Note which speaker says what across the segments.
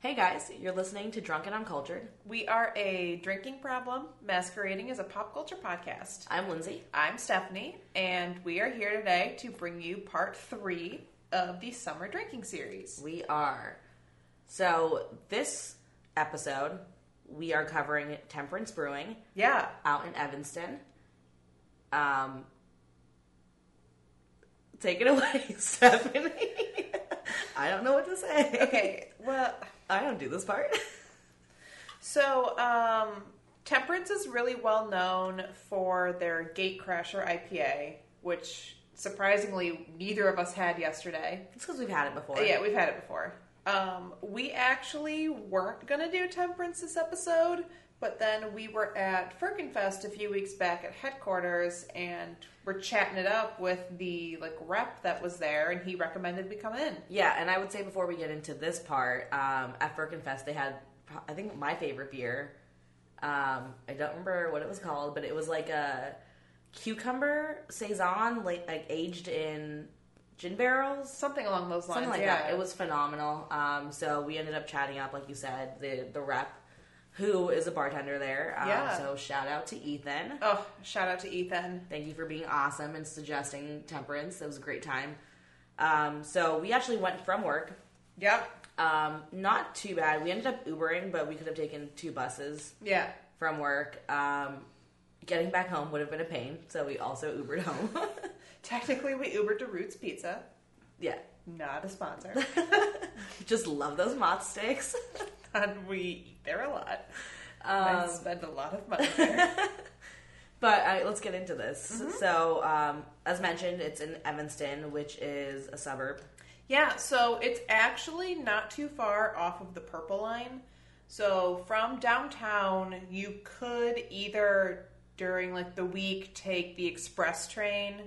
Speaker 1: Hey guys, you're listening to Drunken Uncultured.
Speaker 2: We are a drinking problem masquerading as a pop culture podcast.
Speaker 1: I'm Lindsay.
Speaker 2: I'm Stephanie, and we are here today to bring you part three of the summer drinking series.
Speaker 1: We are. So, this episode, we are covering Temperance Brewing
Speaker 2: Yeah,
Speaker 1: out in Evanston. Um, take it away, Stephanie. I don't know what to say.
Speaker 2: okay, well,
Speaker 1: I don't do this part.
Speaker 2: so um, Temperance is really well known for their Gatecrasher IPA, which surprisingly neither of us had yesterday.
Speaker 1: It's because we've had it before.
Speaker 2: Yeah, we've had it before. Um, we actually weren't gonna do temperance this episode, but then we were at Firkinfest a few weeks back at headquarters, and we're chatting it up with the like rep that was there, and he recommended we come in.
Speaker 1: Yeah, and I would say before we get into this part, um, at Firkinfest they had, pro- I think, my favorite beer. Um, I don't remember what it was called, but it was like a cucumber saison, like, like aged in gin barrels,
Speaker 2: Something along those lines.
Speaker 1: something like
Speaker 2: yeah.
Speaker 1: that. It was phenomenal. Um, so we ended up chatting up, like you said, the the rep, who is a bartender there. Um,
Speaker 2: Yeah.
Speaker 1: So shout out to Ethan.
Speaker 2: Oh, shout out to Ethan.
Speaker 1: Thank you for being awesome and suggesting temperance. It was a great time. Um, so we actually went from work
Speaker 2: Yeah,
Speaker 1: um, not too bad. We ended up Ubering, but we could have taken two buses
Speaker 2: yeah.
Speaker 1: from work. Um, getting back home would have been a pain, so we also Ubered home.
Speaker 2: Technically, we Ubered to Roots Pizza.
Speaker 1: yeah,
Speaker 2: Not a sponsor,
Speaker 1: just love those mott sticks.
Speaker 2: and we eat there a lot. I
Speaker 1: Um,
Speaker 2: spend a lot of money there.
Speaker 1: but uh, let's get into this.
Speaker 2: Mm-hmm.
Speaker 1: So, um, as mentioned, it's in Evanston, which is a suburb.
Speaker 2: Yeah, so it's actually not too far off of the purple line. So from downtown, you could either during like the week take the express train,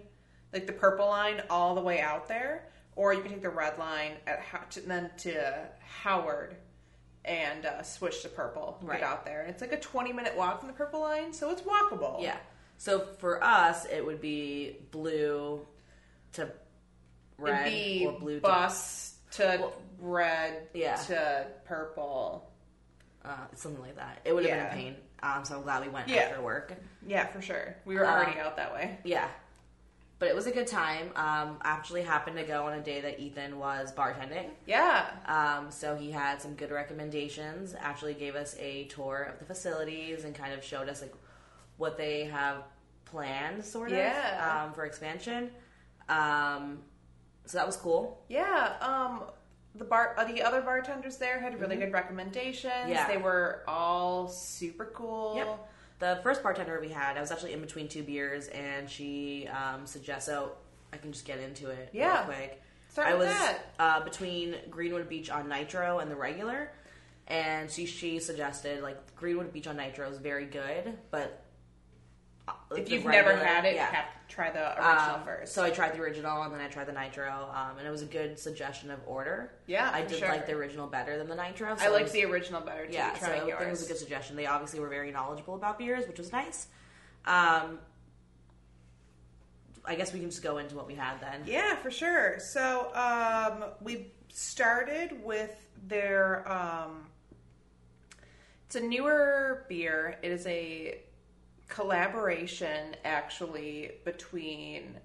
Speaker 2: like the purple line, all the way out there, or you can take the red line at How- to, then to Howard and uh, switch to purple. and
Speaker 1: Right.
Speaker 2: Get out there, and it's like a twenty-minute walk from the purple line, so it's walkable.
Speaker 1: Yeah. So for us, it would be blue to
Speaker 2: it'd
Speaker 1: red
Speaker 2: be
Speaker 1: or blue
Speaker 2: bus to
Speaker 1: Well,
Speaker 2: red
Speaker 1: yeah.
Speaker 2: to purple.
Speaker 1: to uh, something like that. It would have
Speaker 2: Yeah.
Speaker 1: been a pain. Um, so I'm glad we went
Speaker 2: Yeah.
Speaker 1: after work.
Speaker 2: Yeah, for sure. We were
Speaker 1: Uh,
Speaker 2: already out that way.
Speaker 1: Yeah. But it was a good time. Um, actually happened to go on a day that Ethan was bartending.
Speaker 2: Yeah.
Speaker 1: Um, so he had some good recommendations. Actually gave us a tour of the facilities and kind of showed us like what they have planned sort of
Speaker 2: Yeah.
Speaker 1: um, for expansion. Um, so that was cool.
Speaker 2: Yeah. Um the bar uh, the other bartenders there had really good recommendations.
Speaker 1: Mm-hmm. Yeah.
Speaker 2: They were all super cool.
Speaker 1: Yep. The first bartender we had, I was actually in between two beers and she um, suggests so I can just get into it
Speaker 2: Yeah.
Speaker 1: real quick.
Speaker 2: Start
Speaker 1: I
Speaker 2: with
Speaker 1: was
Speaker 2: that.
Speaker 1: Uh, between Greenwood Beach on Nitro and the regular, and she she suggested like Greenwood Beach on Nitro is very good, but uh,
Speaker 2: If
Speaker 1: the
Speaker 2: you've never
Speaker 1: regular-
Speaker 2: had it,
Speaker 1: yeah.
Speaker 2: have to try the original
Speaker 1: Um,
Speaker 2: first.
Speaker 1: So I tried the original and then I tried the Nitro, um, and it was a good suggestion of order.
Speaker 2: Yeah,
Speaker 1: I
Speaker 2: for
Speaker 1: did
Speaker 2: sure.
Speaker 1: like the original better than the Nitro. So
Speaker 2: I
Speaker 1: it
Speaker 2: liked
Speaker 1: was-
Speaker 2: the original better too.
Speaker 1: yeah, so
Speaker 2: trying
Speaker 1: it
Speaker 2: yours.
Speaker 1: was a good suggestion. They obviously were very knowledgeable about beers, which was nice. Um, I guess we can just go into what we had then.
Speaker 2: Yeah, for sure. So um, we started with their. Um, it's a newer beer. It is a collaboration, actually, between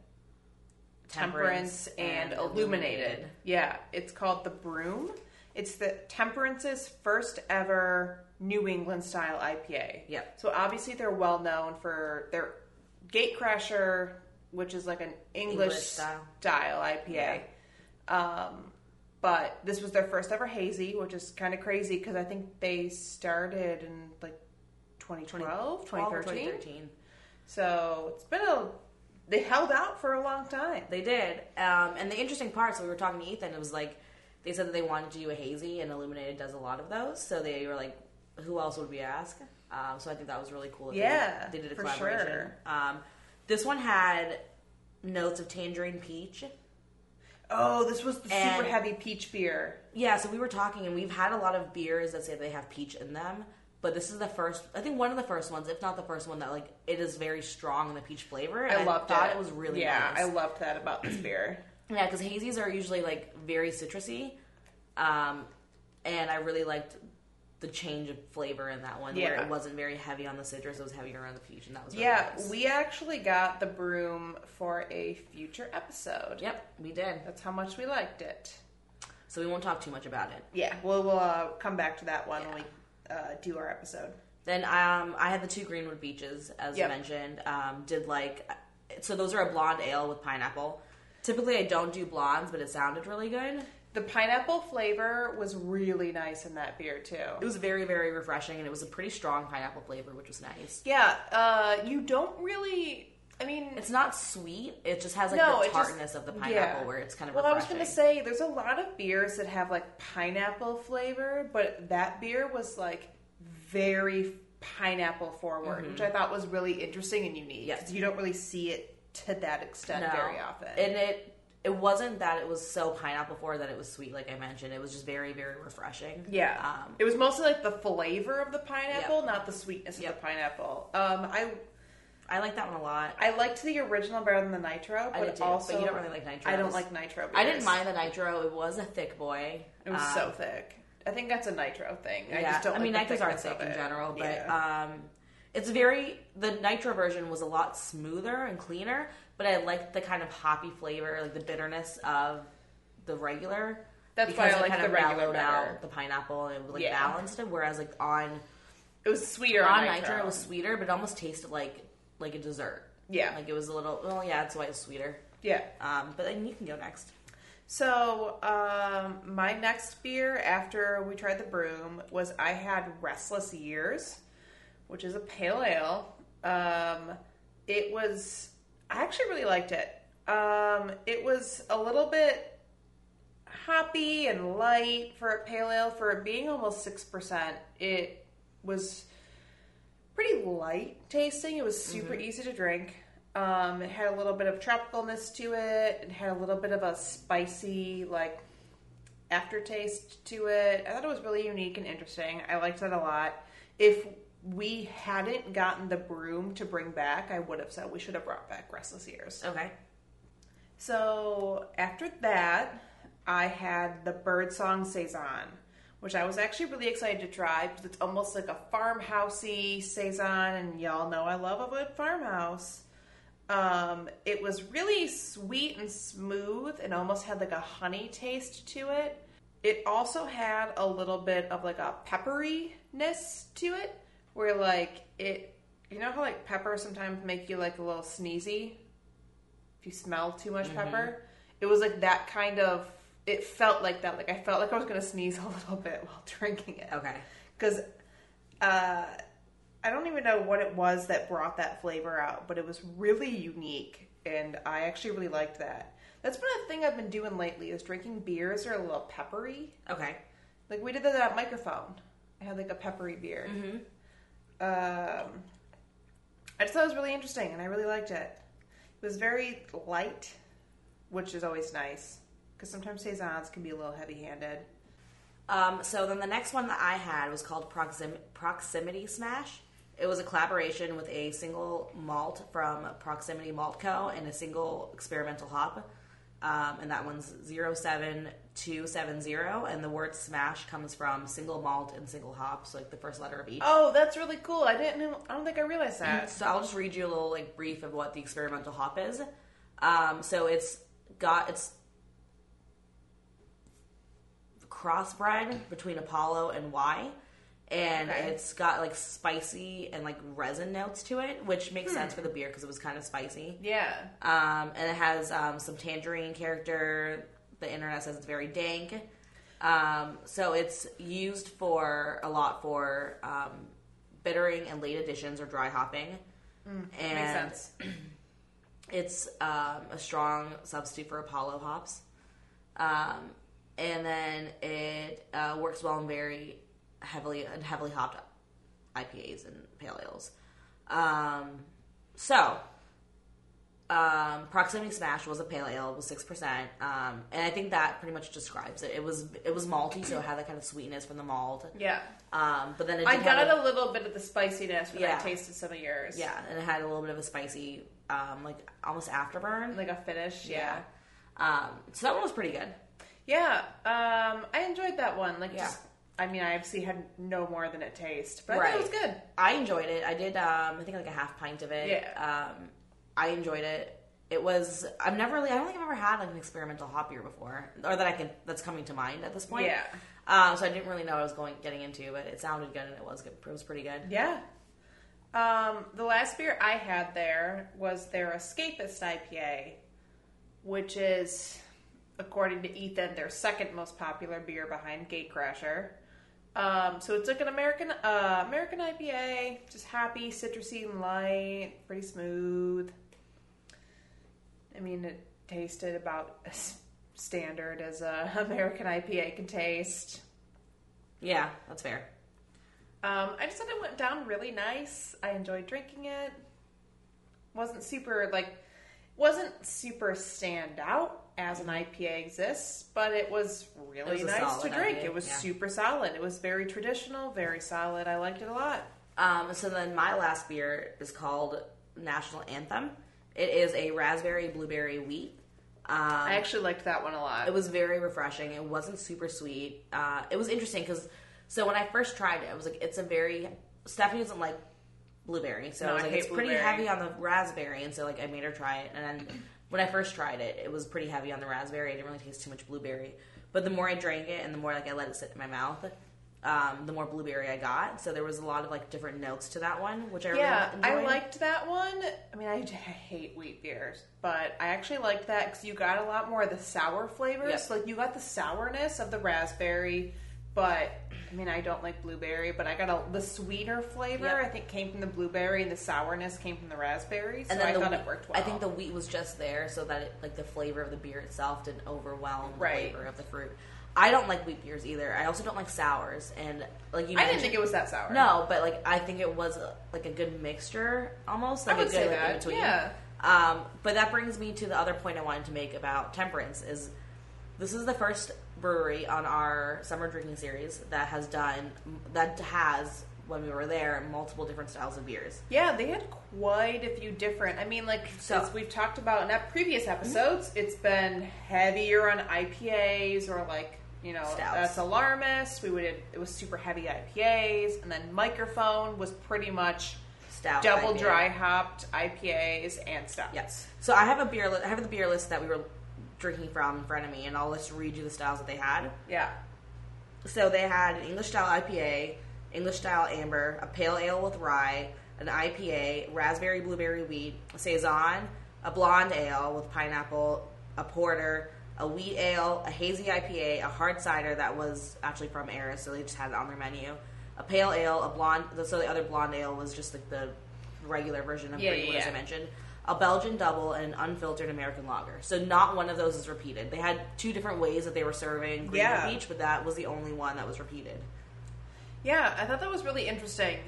Speaker 2: Temperance, and, Illuminated. Yeah, it's called The Broom. It's the Temperance's first ever New England style IPA.
Speaker 1: Yep.
Speaker 2: So obviously they're well known for their Gatecrasher, which is like an English,
Speaker 1: English
Speaker 2: style.
Speaker 1: style.
Speaker 2: IPA. Um, but this was their first ever hazy, which is kind of crazy because I think they started in like 2012, 2013.
Speaker 1: 2013.
Speaker 2: So it's been a they held out for a long time.
Speaker 1: They did. Um, and the interesting part, so we were talking to Ethan, it was like they said that they wanted to do a hazy, and Illuminated does a lot of those. So they were like, who else would we ask? Um, so I think that was really cool. that they-
Speaker 2: Yeah,
Speaker 1: They, did a
Speaker 2: for
Speaker 1: collaboration.
Speaker 2: sure.
Speaker 1: Um, this one had notes of tangerine peach.
Speaker 2: Oh, this was the
Speaker 1: And-
Speaker 2: super heavy peach beer.
Speaker 1: Yeah, so we were talking, and we've had a lot of beers that say they have peach in them. But this is the first, I think, one of the first ones, if not the first one, that like it is very strong in the peach flavor.
Speaker 2: I
Speaker 1: and
Speaker 2: loved
Speaker 1: thought
Speaker 2: it.
Speaker 1: it was really
Speaker 2: yeah.
Speaker 1: nice.
Speaker 2: I loved that about this beer.
Speaker 1: Yeah, because hazies are usually like very citrusy, um, and I really liked the change of flavor in that one where
Speaker 2: Yeah.
Speaker 1: it wasn't very heavy on the citrus, it was heavier on the fusion. That was really
Speaker 2: Yeah,
Speaker 1: nice.
Speaker 2: we actually got the broom for a future episode.
Speaker 1: Yep, we did.
Speaker 2: That's how much we liked it.
Speaker 1: So we won't talk too much about it.
Speaker 2: Yeah, we'll, we'll uh, come back to that one when
Speaker 1: Yeah.
Speaker 2: we uh, do our episode.
Speaker 1: Then um, I had the two Greenwood beaches, as
Speaker 2: Yep.
Speaker 1: I mentioned. Um, did like so those are a blonde ale with pineapple. Typically, I don't do blondes, but it sounded really good.
Speaker 2: The pineapple flavor was really nice in that beer
Speaker 1: It
Speaker 2: too.
Speaker 1: was very, very refreshing, and it was a pretty strong pineapple flavor, which was nice.
Speaker 2: Yeah, uh, you don't really. I mean,
Speaker 1: It's not sweet; it just has like
Speaker 2: No,
Speaker 1: the
Speaker 2: it just-
Speaker 1: tartness of the
Speaker 2: yeah.
Speaker 1: pineapple, where it's kind of
Speaker 2: well, I was
Speaker 1: refreshing.
Speaker 2: gonna say there's a lot of beers that have like pineapple flavor, but that beer was like very pineapple forward,
Speaker 1: Mm-hmm.
Speaker 2: which I thought was really interesting and unique
Speaker 1: Yeah.
Speaker 2: because you don't really see it to that extent
Speaker 1: No.
Speaker 2: very often.
Speaker 1: and it it wasn't that it was so pineapple for that it was sweet, like I mentioned. It was just very, very refreshing.
Speaker 2: Yeah.
Speaker 1: Um,
Speaker 2: it was mostly like the flavor of the pineapple, not the sweetness of
Speaker 1: Yep.
Speaker 2: the pineapple. Um, I
Speaker 1: I like that one a lot.
Speaker 2: I liked the original better than the nitro,
Speaker 1: I
Speaker 2: but
Speaker 1: did too,
Speaker 2: also
Speaker 1: but you don't really like nitro.
Speaker 2: I don't like nitro. Beers.
Speaker 1: I didn't mind the nitro. It was a thick boy.
Speaker 2: It was
Speaker 1: Um,
Speaker 2: so thick. I think that's a nitro thing. I
Speaker 1: yeah.
Speaker 2: just don't.
Speaker 1: I mean,
Speaker 2: like the
Speaker 1: nitros are
Speaker 2: thickness
Speaker 1: thick
Speaker 2: of
Speaker 1: in
Speaker 2: it.
Speaker 1: general, but
Speaker 2: Yeah.
Speaker 1: um, it's very the nitro version was a lot smoother and cleaner. But I liked the kind of hoppy flavor, like the bitterness of the regular.
Speaker 2: That's why I
Speaker 1: because it
Speaker 2: like
Speaker 1: kind
Speaker 2: the
Speaker 1: of
Speaker 2: regular
Speaker 1: mellowed
Speaker 2: better.
Speaker 1: out the pineapple and like
Speaker 2: Yeah.
Speaker 1: balanced it. Whereas like on
Speaker 2: it was sweeter on,
Speaker 1: on nitro, it was sweeter, but it almost tasted like like a dessert.
Speaker 2: Yeah.
Speaker 1: like it was a little. Well, yeah, that's why it's sweeter.
Speaker 2: yeah.
Speaker 1: Um, but then you can go next.
Speaker 2: So um, my next beer after we tried the broom was I had Restless Years, which is a pale ale. Um, it was I actually really liked it. Um, it was a little bit hoppy and light for a pale ale for it being almost six percent. It was pretty light tasting. It was super easy to drink. Um, it had a little bit of tropicalness to it. It had a little bit of a spicy like aftertaste to it. I thought it was really unique and interesting. I liked that a lot. If we hadn't gotten the broom to bring back, I would have said we should have brought back Restless Years.
Speaker 1: Okay.
Speaker 2: So after that, I had the Birdsong Saison, which I was actually really excited to try because it's almost like a farmhousey Saison, and y'all know I love a good farmhouse. Um, it was really sweet and smooth and almost had like a honey taste to it. It also had a little bit of like a pepperiness to it, where like it, you know how like peppers sometimes make you like a little sneezy if you smell too much pepper. It was like that kind of. It felt like that. Like I felt like I was gonna sneeze a little bit while drinking it
Speaker 1: Okay.
Speaker 2: because uh, I don't even know what it was that brought that flavor out, but it was really unique, and I actually really liked that. That's been a thing I've been doing lately is drinking beers that are a little peppery.
Speaker 1: Okay.
Speaker 2: Like we did that at microphone. I had like a peppery beer.
Speaker 1: Mm-hmm.
Speaker 2: Um, I just thought it was really interesting, and I really liked it. It was very light, which is always nice because sometimes saisons can be a little heavy-handed.
Speaker 1: Um, so then the next one that I had was called Proxim- Proximity Smash. It was a collaboration with a single malt from Proximity Malt Co. and a single experimental hop. Um, and that one's 07270. And the word smash comes from single malt and single hop, so like the first letter of each.
Speaker 2: Oh, that's really cool. I didn't. know- I don't think I realized that.
Speaker 1: So I'll just read you a little like brief of what the experimental hop is. Um, so it's got it's crossbred between Apollo and Y, and
Speaker 2: Okay.
Speaker 1: it's got like spicy and like resin notes to it, which makes sense for the beer because it was kind of spicy.
Speaker 2: Yeah.
Speaker 1: Um, and it has um, some tangerine character. The internet says it's very dank. Um, so it's used for a lot for um, bittering and late additions or dry hopping. and
Speaker 2: Mm, Makes sense.
Speaker 1: it's um, a strong substitute for Apollo hops. Um, and then it uh, works well in very heavily and heavily hopped IPAs and pale ales. Um, so, um, Proximity Smash was a pale ale, it was six percent, um, and I think that pretty much describes it. It was it was malty, so it had that kind of sweetness from the malt.
Speaker 2: Yeah.
Speaker 1: Um, but then it did
Speaker 2: I
Speaker 1: have
Speaker 2: got
Speaker 1: a-
Speaker 2: a little bit of the spiciness when I
Speaker 1: Yeah.
Speaker 2: tasted some of yours.
Speaker 1: yeah, and it had a little bit of a spicy, um, like almost afterburn.
Speaker 2: Like a finish. Yeah.
Speaker 1: Um, so that one was pretty good.
Speaker 2: Yeah. Um, I enjoyed that one. Like
Speaker 1: Yeah.
Speaker 2: just I mean, I obviously had no more than it tastes, but I think it was good.
Speaker 1: I enjoyed it. I did, um, I think like a half pint of it.
Speaker 2: Yeah.
Speaker 1: Um, I enjoyed it. It was. I've never really. I don't think I've ever had like an experimental hop beer before, or that I can. That's coming to mind at this point.
Speaker 2: Yeah.
Speaker 1: Um, so I didn't really know what I was going getting into, but it sounded good and it was good. It was pretty good.
Speaker 2: Yeah. Um, the last beer I had there was their Escapist IPA, which is, according to Ethan, their second most popular beer behind Gatecrasher. Um, so it's like an American uh, American IPA, just happy, citrusy and light, pretty smooth. I mean, it tasted about as standard as a American IPA can taste.
Speaker 1: Yeah, that's fair.
Speaker 2: Um, I just thought it went down really nice. I enjoyed drinking it. Wasn't super like, wasn't super stand out as an IPA exists, but it was really
Speaker 1: It was a
Speaker 2: nice to
Speaker 1: solid
Speaker 2: drink.
Speaker 1: IPA,
Speaker 2: It was
Speaker 1: yeah.
Speaker 2: super solid. It was very traditional, very solid. I liked it a lot.
Speaker 1: Um, so then my last beer is called National Anthem. It is a raspberry blueberry wheat. Um,
Speaker 2: I actually liked that one a lot.
Speaker 1: It was very refreshing. It wasn't super sweet. Uh, it was interesting because so when I first tried it, I was like, it's a very Stephanie doesn't like blueberry, so
Speaker 2: No,
Speaker 1: I was
Speaker 2: I
Speaker 1: like,
Speaker 2: hate
Speaker 1: it's pretty
Speaker 2: blueberry.
Speaker 1: heavy on the raspberry, and so like I made her try it, and then when I first tried it, it was pretty heavy on the raspberry. I didn't really taste too much blueberry, but the more I drank it, and the more like I let it sit in my mouth. Um, the more blueberry I got, so there was a lot of like different notes to that one, which I
Speaker 2: yeah,
Speaker 1: really
Speaker 2: I
Speaker 1: enjoyed.
Speaker 2: liked that one. I mean, I, d- I hate wheat beers, but I actually liked that because you got a lot more of the sour flavors.
Speaker 1: Yep.
Speaker 2: Like you got the sourness of the raspberry, but I mean, I don't like blueberry, but I got a, the sweeter flavor.
Speaker 1: Yep.
Speaker 2: I think came from the blueberry, and the sourness came from the raspberry. So
Speaker 1: and then
Speaker 2: I
Speaker 1: the
Speaker 2: thought
Speaker 1: wheat,
Speaker 2: it worked well.
Speaker 1: I think the wheat was just there so that it, like the flavor of the beer itself didn't overwhelm the
Speaker 2: Right.
Speaker 1: flavor of the fruit. I don't like wheat beers either. I also don't like sours, and like you,
Speaker 2: I didn't
Speaker 1: mentioned-
Speaker 2: think it was that sour.
Speaker 1: No, but like I think it was uh, like a good mixture, almost like
Speaker 2: would
Speaker 1: a good
Speaker 2: say
Speaker 1: like,
Speaker 2: that,
Speaker 1: in between.
Speaker 2: yeah.
Speaker 1: Um, but that brings me to the other point I wanted to make about temperance is this is the first brewery on our summer drinking series that has done that has when we were there multiple different styles of beers.
Speaker 2: Yeah, they had quite a few different. I mean, like
Speaker 1: So- Mhm.
Speaker 2: as we've talked about in that previous episodes, it's been heavier on IPAs or like you know
Speaker 1: Stouts.
Speaker 2: that's alarmist. We would it was super heavy IPAs, and then microphone was pretty much
Speaker 1: Stout,
Speaker 2: double
Speaker 1: IPA.
Speaker 2: dry hopped IPAs and stuff.
Speaker 1: Yes. So I have a beer. Li- I have the beer list that we were drinking from in front of me, and I'll just read you the styles that they had.
Speaker 2: yeah,
Speaker 1: So they had an English style IPA, English style amber, a pale ale with rye, an IPA, raspberry blueberry wheat, a saison, a blonde ale with pineapple, a porter, a wheat ale, a hazy IPA, a hard cider that was actually from Eris, so they just had it on their menu. A pale ale, a blonde. So the other blonde ale was just like the regular version of
Speaker 2: Yeah,
Speaker 1: Green
Speaker 2: yeah,
Speaker 1: Woods I
Speaker 2: yeah.
Speaker 1: mentioned. A Belgian double and an unfiltered American lager. So not one of those is repeated. They had two different ways that they were serving Green
Speaker 2: Yeah.
Speaker 1: Beach, but that was the only one that was repeated.
Speaker 2: yeah. I thought that was really interesting.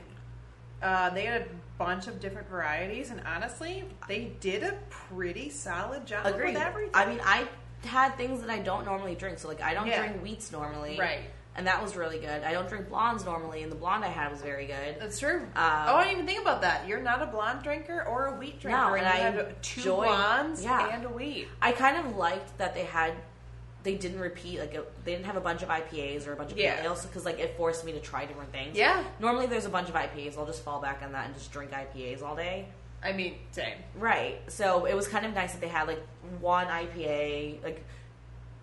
Speaker 2: Uh, they had a bunch of different varieties, and honestly, they did a pretty solid job with everything.
Speaker 1: I mean, I had things that I don't normally drink. So like, I don't
Speaker 2: Yeah.
Speaker 1: drink wheats normally,
Speaker 2: Right.
Speaker 1: And that was really good. I don't drink blondes normally, and the blonde I had was very good.
Speaker 2: That's true. oh, I didn't even think about that. You're not a blonde drinker or a wheat drinker.
Speaker 1: No,
Speaker 2: and
Speaker 1: and
Speaker 2: you
Speaker 1: I
Speaker 2: had two
Speaker 1: enjoy-
Speaker 2: blondes
Speaker 1: yeah.
Speaker 2: and a wheat.
Speaker 1: I kind of liked that they had they didn't repeat like a, they didn't have a bunch of IPAs or a bunch of
Speaker 2: Yeah.
Speaker 1: pale ales because like it forced me to try different things.
Speaker 2: Yeah.
Speaker 1: Normally there's a bunch of IPAs. I'll just fall back on that and just drink IPAs all day.
Speaker 2: I mean, same.
Speaker 1: Right. So it was kind of nice that they had like one IPA, like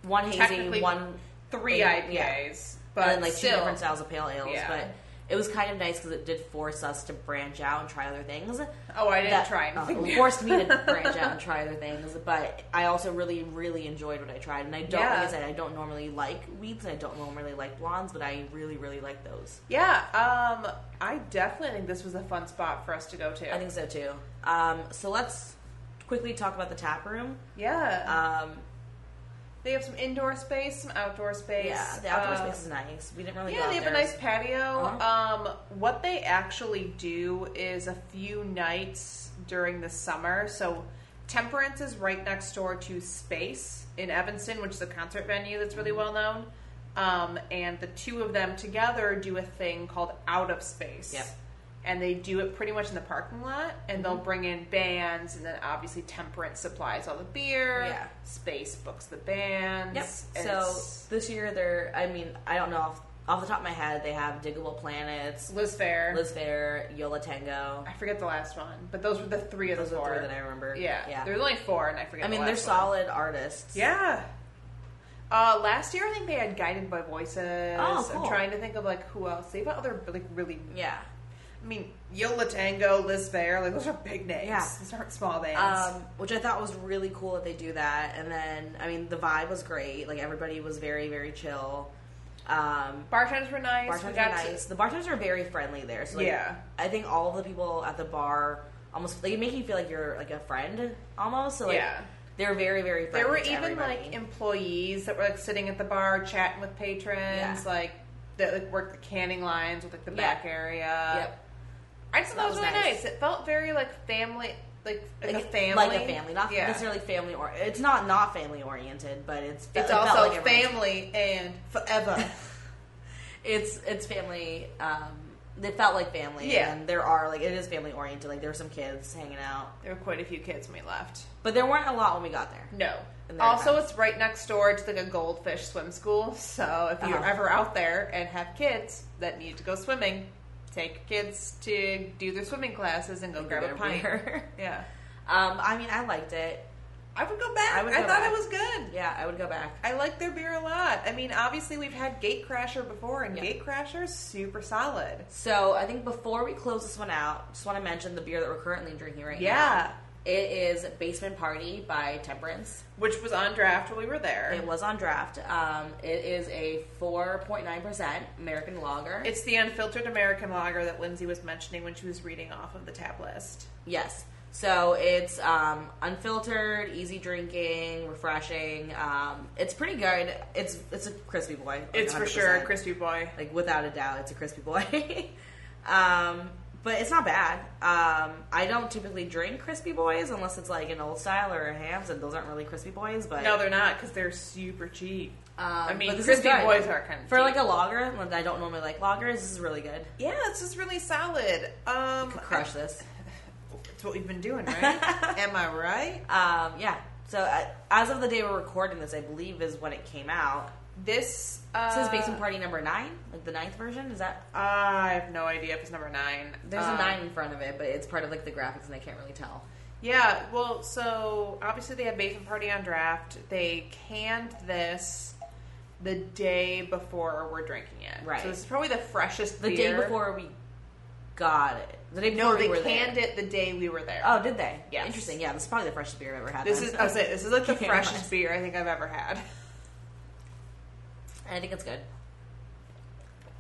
Speaker 1: one hazy,
Speaker 2: Technically,
Speaker 1: one
Speaker 2: Three
Speaker 1: Yeah.
Speaker 2: IPAs, but
Speaker 1: and then like
Speaker 2: still,
Speaker 1: two different styles of pale ales.
Speaker 2: Yeah.
Speaker 1: But it was kind of nice because it did force us to branch out and try other things.
Speaker 2: Oh, I didn't
Speaker 1: That-
Speaker 2: try
Speaker 1: uh,
Speaker 2: anything.
Speaker 1: it
Speaker 2: new.
Speaker 1: forced me to branch out and try other things, but I also really, really enjoyed what I tried. And I don't, like I
Speaker 2: Yeah.
Speaker 1: said, I don't normally like wheats and I don't normally like blondes, but I really, really like those.
Speaker 2: yeah, um, I definitely think this was a fun spot for us to go to.
Speaker 1: I think so too. Um, so let's quickly talk about the tap room.
Speaker 2: yeah,
Speaker 1: Um,
Speaker 2: they have some indoor space, some outdoor space.
Speaker 1: yeah, the outdoor
Speaker 2: um,
Speaker 1: space is nice. We didn't really.
Speaker 2: Yeah,
Speaker 1: go
Speaker 2: they
Speaker 1: out
Speaker 2: have a
Speaker 1: there.
Speaker 2: nice patio.
Speaker 1: Uh-huh.
Speaker 2: Um, what they actually do is a few nights during the summer. So, Temperance is right next door to Space in Evanston, which is a concert venue that's really
Speaker 1: Mm-hmm.
Speaker 2: well known. Um, and the two of them together do a thing called Out of Space.
Speaker 1: Yep. Mm-hmm.
Speaker 2: And they do it pretty much in the parking lot, and they'll bring in bands, and then obviously Temperance supplies all the beer.
Speaker 1: Yeah.
Speaker 2: Space books the bands.
Speaker 1: Yep.
Speaker 2: and
Speaker 1: So
Speaker 2: it's-
Speaker 1: this year they're. I mean, I don't know off off the top of my head, they have Diggable Planets,
Speaker 2: Liz Fair.
Speaker 1: Liz Fair, Yola Tango.
Speaker 2: I forget the last one, but those were the three of
Speaker 1: Those
Speaker 2: the
Speaker 1: are
Speaker 2: four.
Speaker 1: three that I remember.
Speaker 2: yeah,
Speaker 1: yeah.
Speaker 2: there's only four, and I forget.
Speaker 1: I
Speaker 2: the
Speaker 1: mean, they're
Speaker 2: last one.
Speaker 1: solid artists.
Speaker 2: Yeah. Uh, last year, I think they had Guided by Voices.
Speaker 1: Oh, cool.
Speaker 2: I'm trying to think of like who else. They've got other like really.
Speaker 1: Yeah.
Speaker 2: I mean, Yola Tango, Liz Fair, like those are big names.
Speaker 1: Yeah.
Speaker 2: These aren't small names.
Speaker 1: Um, which I thought was really cool that they do that. And then, I mean, the vibe was great. Like everybody was very, very chill. Um,
Speaker 2: bartenders were nice.
Speaker 1: bartenders
Speaker 2: we
Speaker 1: are
Speaker 2: got to-
Speaker 1: nice. The bartenders are very friendly there. So like,
Speaker 2: Yeah.
Speaker 1: I think all of the people at the bar almost they make you feel like you're like a friend almost. So like
Speaker 2: Yeah.
Speaker 1: they're very, very friendly.
Speaker 2: There were
Speaker 1: to
Speaker 2: even
Speaker 1: everybody.
Speaker 2: like employees that were like sitting at the bar chatting with patrons,
Speaker 1: Yeah.
Speaker 2: like that like worked the canning lines with like the
Speaker 1: Yeah.
Speaker 2: back area.
Speaker 1: Yep.
Speaker 2: I just
Speaker 1: That
Speaker 2: thought it was
Speaker 1: was
Speaker 2: really nice.
Speaker 1: nice.
Speaker 2: It felt very like family, like like, a family,
Speaker 1: Like a family. Not
Speaker 2: yeah.
Speaker 1: necessarily family or it's not not family oriented, but it's
Speaker 2: It's
Speaker 1: it felt
Speaker 2: also
Speaker 1: like everyone's-
Speaker 2: family and forever.
Speaker 1: it's it's family. Um, they felt like family.
Speaker 2: Yeah.
Speaker 1: and there are like it is family oriented. Like there were some kids hanging out,
Speaker 2: there were quite a few kids when we left.
Speaker 1: but there weren't a lot when we got there.
Speaker 2: No.
Speaker 1: And they're
Speaker 2: Also,
Speaker 1: nice.
Speaker 2: it's right next door to like a goldfish swim school. So if you're
Speaker 1: Uh-huh.
Speaker 2: ever out there and have kids that need to go swimming, take your kids to do their swimming classes and go grab a
Speaker 1: Their
Speaker 2: pint.
Speaker 1: beer.
Speaker 2: Yeah.
Speaker 1: um, I mean, I liked it.
Speaker 2: I would go back. I,
Speaker 1: I would go
Speaker 2: thought
Speaker 1: back.
Speaker 2: it was good.
Speaker 1: Yeah, I would go back.
Speaker 2: I like their beer a lot. I mean, obviously we've had Gatecrasher before, and
Speaker 1: Yeah.
Speaker 2: Gatecrasher's super solid.
Speaker 1: So I think before we close this one out, just want to mention the beer that we're currently drinking right now.
Speaker 2: Yeah,
Speaker 1: It is Basement Party by Temperance.
Speaker 2: which was on draft when we were there.
Speaker 1: It was on draft. Um, it is a 4.9% American lager.
Speaker 2: it's the unfiltered American lager that Lindsay was mentioning when she was reading off of the tab list.
Speaker 1: Yes. So it's um, unfiltered, easy drinking, refreshing. Um, it's pretty good. It's it's a crispy boy. like
Speaker 2: It's for sure a
Speaker 1: 100%.
Speaker 2: crispy boy.
Speaker 1: Like without a doubt, it's a crispy boy. um, but it's not bad. Um, I don't typically drink crispy boys unless it's like an old style or a hams, and those aren't really crispy boys. But
Speaker 2: No, they're not because they're super cheap.
Speaker 1: um,
Speaker 2: I mean,
Speaker 1: but this is
Speaker 2: crispy
Speaker 1: good.
Speaker 2: boys are kind of
Speaker 1: for
Speaker 2: cheap.
Speaker 1: like a lager. like, I don't normally like lagers. This is really good.
Speaker 2: yeah, it's just really solid. Um,
Speaker 1: Could crush this.
Speaker 2: It's what we've been doing, right? Am I right?
Speaker 1: Um, yeah. So uh, as of the day we're recording this, I believe is when it came out.
Speaker 2: This uh,
Speaker 1: It says basement party number nine, like the ninth version. Is that Uh,
Speaker 2: I have no idea if it's number nine.
Speaker 1: there's
Speaker 2: Um,
Speaker 1: a nine in front of it, but it's part of like the graphics, and I can't really tell.
Speaker 2: Yeah, well, so obviously they had Basement Party on draft. They canned this the day before we're drinking it.
Speaker 1: Right.
Speaker 2: So this is probably the freshest
Speaker 1: The
Speaker 2: beer.
Speaker 1: day before we got it, the day before
Speaker 2: No,
Speaker 1: we
Speaker 2: they
Speaker 1: were
Speaker 2: canned
Speaker 1: there.
Speaker 2: it the day we were there.
Speaker 1: Oh, did they?
Speaker 2: Yes.
Speaker 1: Interesting. Yeah, this is probably the freshest beer I've ever had.
Speaker 2: This
Speaker 1: then.
Speaker 2: is I was saying, this is like the
Speaker 1: Can't
Speaker 2: freshest
Speaker 1: realize.
Speaker 2: beer I think I've ever had.
Speaker 1: I think it's good.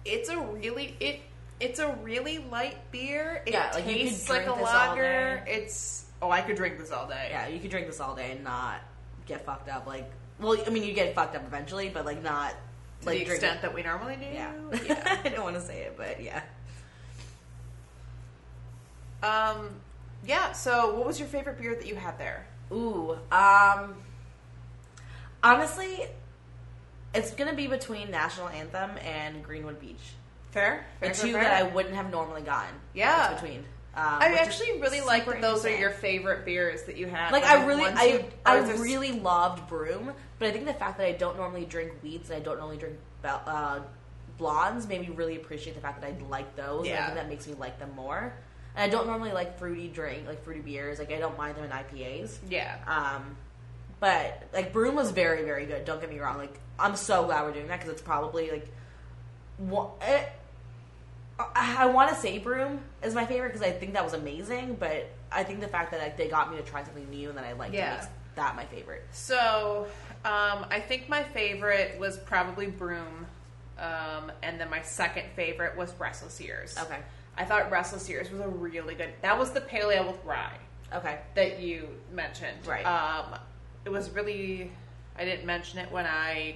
Speaker 2: It's a really it it's a really light beer. It
Speaker 1: Yeah, like, you could
Speaker 2: tastes
Speaker 1: drink
Speaker 2: like a
Speaker 1: this all
Speaker 2: lager. It's oh, I could drink this all day.
Speaker 1: Yeah, you could drink this all day and not get fucked up. Like, well, I mean, you get fucked up eventually, but like not
Speaker 2: To
Speaker 1: like
Speaker 2: the
Speaker 1: drink-
Speaker 2: extent that we normally do.
Speaker 1: Yeah,
Speaker 2: yeah.
Speaker 1: I don't want to say it, but yeah.
Speaker 2: Um, yeah. So, what was your favorite beer that you had there?
Speaker 1: Ooh, um, honestly, it's gonna be between National Anthem and Greenwood Beach,
Speaker 2: Fair,
Speaker 1: the two that I wouldn't have normally gotten.
Speaker 2: Yeah.
Speaker 1: it's between. Um,
Speaker 2: I
Speaker 1: which is
Speaker 2: actually really like
Speaker 1: super
Speaker 2: that. Those are
Speaker 1: interesting.
Speaker 2: your favorite beers that you had.
Speaker 1: like I really,
Speaker 2: ones
Speaker 1: I,
Speaker 2: you-
Speaker 1: I
Speaker 2: or there's-
Speaker 1: really loved Broom, but I think the fact that I don't normally drink weeds and I don't normally drink bel- uh, blondes made me really appreciate the fact that I like those. and I
Speaker 2: Yeah.
Speaker 1: think that makes me like them more. And I don't normally like fruity drink, like fruity beers. Like I don't mind them in IPAs.
Speaker 2: yeah.
Speaker 1: Um, but like Broom was very, very good. Don't get me wrong. Like I'm so glad we're doing that because it's probably like, wha- eh, I, I want to say Broom is my favorite because I think that was amazing. But I think the fact that like they got me to try something new and that I liked
Speaker 2: Yeah.
Speaker 1: it makes that my favorite.
Speaker 2: So, um, I think my favorite was probably Broom, um, and then my second favorite was Restless Years.
Speaker 1: Okay.
Speaker 2: I thought Restless Years was a really good. That was the pale ale with rye
Speaker 1: Okay.
Speaker 2: that you mentioned.
Speaker 1: Right.
Speaker 2: Um, it was really. I didn't mention it when I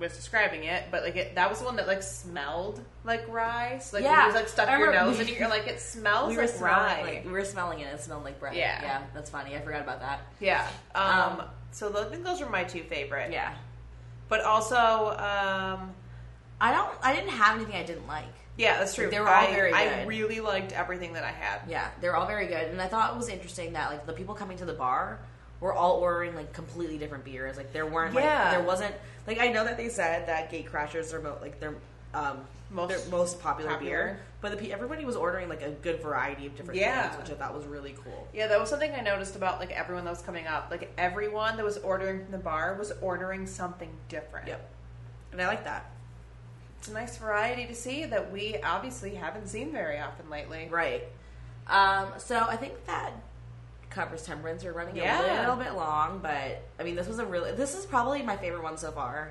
Speaker 2: was describing it, but like it, that was the one that like smelled like rye. So, like
Speaker 1: Yeah.
Speaker 2: it was like stuck
Speaker 1: I
Speaker 2: in your
Speaker 1: remember
Speaker 2: nose,
Speaker 1: we-
Speaker 2: and you're like, it smells
Speaker 1: We were
Speaker 2: like
Speaker 1: smelling
Speaker 2: rye.
Speaker 1: like, we were smelling it. It smelled like bread.
Speaker 2: Yeah.
Speaker 1: Yeah. That's funny. I forgot about that.
Speaker 2: yeah. Um,
Speaker 1: Um,
Speaker 2: so tho- I think those are my two favorite.
Speaker 1: Yeah.
Speaker 2: But also, um,
Speaker 1: I don't. I didn't have anything I didn't like.
Speaker 2: yeah, that's true.
Speaker 1: They were all
Speaker 2: I,
Speaker 1: very
Speaker 2: I
Speaker 1: good.
Speaker 2: really liked everything that I had.
Speaker 1: Yeah, they're all very good, and I thought it was interesting that like the people coming to the bar were all ordering like completely different beers. Like there weren't,
Speaker 2: Yeah.
Speaker 1: like there wasn't like I know that they said that Gatecrashers are mo- like they're um,
Speaker 2: Most
Speaker 1: their most popular,
Speaker 2: popular.
Speaker 1: beer. But the, pe- everybody was ordering like a good variety of different
Speaker 2: Yeah.
Speaker 1: things, which I thought was really cool.
Speaker 2: Yeah, that was something I noticed about like everyone that was coming up. Like everyone that was ordering from the bar was ordering something different.
Speaker 1: Yep, and I like that.
Speaker 2: It's a nice variety to see that we obviously haven't seen very often lately.
Speaker 1: Right. Um, so I think that covers temperance. We're running a
Speaker 2: Yeah.
Speaker 1: little bit long, but I mean, this was a really this is probably my favorite one so far.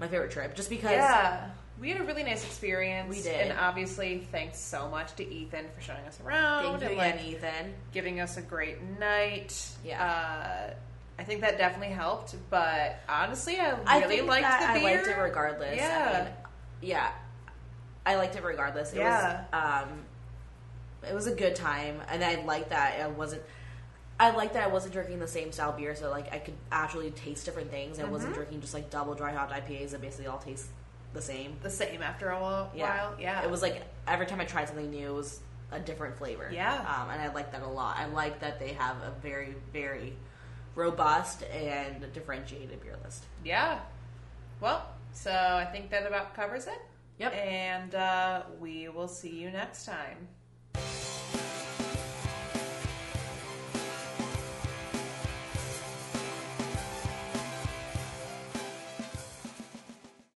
Speaker 1: My favorite trip, just because.
Speaker 2: Yeah. We had a really nice experience.
Speaker 1: We did.
Speaker 2: And obviously, thanks so much to Ethan for showing us around
Speaker 1: Thank you
Speaker 2: and
Speaker 1: again,
Speaker 2: like
Speaker 1: Ethan.
Speaker 2: giving us a great night.
Speaker 1: Yeah.
Speaker 2: Uh, I think that definitely helped, but honestly, I really
Speaker 1: I think
Speaker 2: liked
Speaker 1: that
Speaker 2: the beer.
Speaker 1: I liked it regardless. I
Speaker 2: Yeah.
Speaker 1: mean, yeah, I liked it regardless. It
Speaker 2: Yeah.
Speaker 1: was um, it was a good time, and I liked that I wasn't. I liked that I wasn't drinking the same style beer, so like I could actually taste different things. I
Speaker 2: Mm-hmm.
Speaker 1: wasn't drinking just like double dry hopped IPAs that basically all taste the same.
Speaker 2: the same after a while.
Speaker 1: Yeah,
Speaker 2: Yeah.
Speaker 1: It was like every time I tried something new, it was a different flavor.
Speaker 2: Yeah.
Speaker 1: um, and I like that a lot. I like that they have a very, very robust and differentiated beer list.
Speaker 2: Yeah. Well, so I think that about covers it.
Speaker 1: Yep.
Speaker 2: And uh, we will see you next time.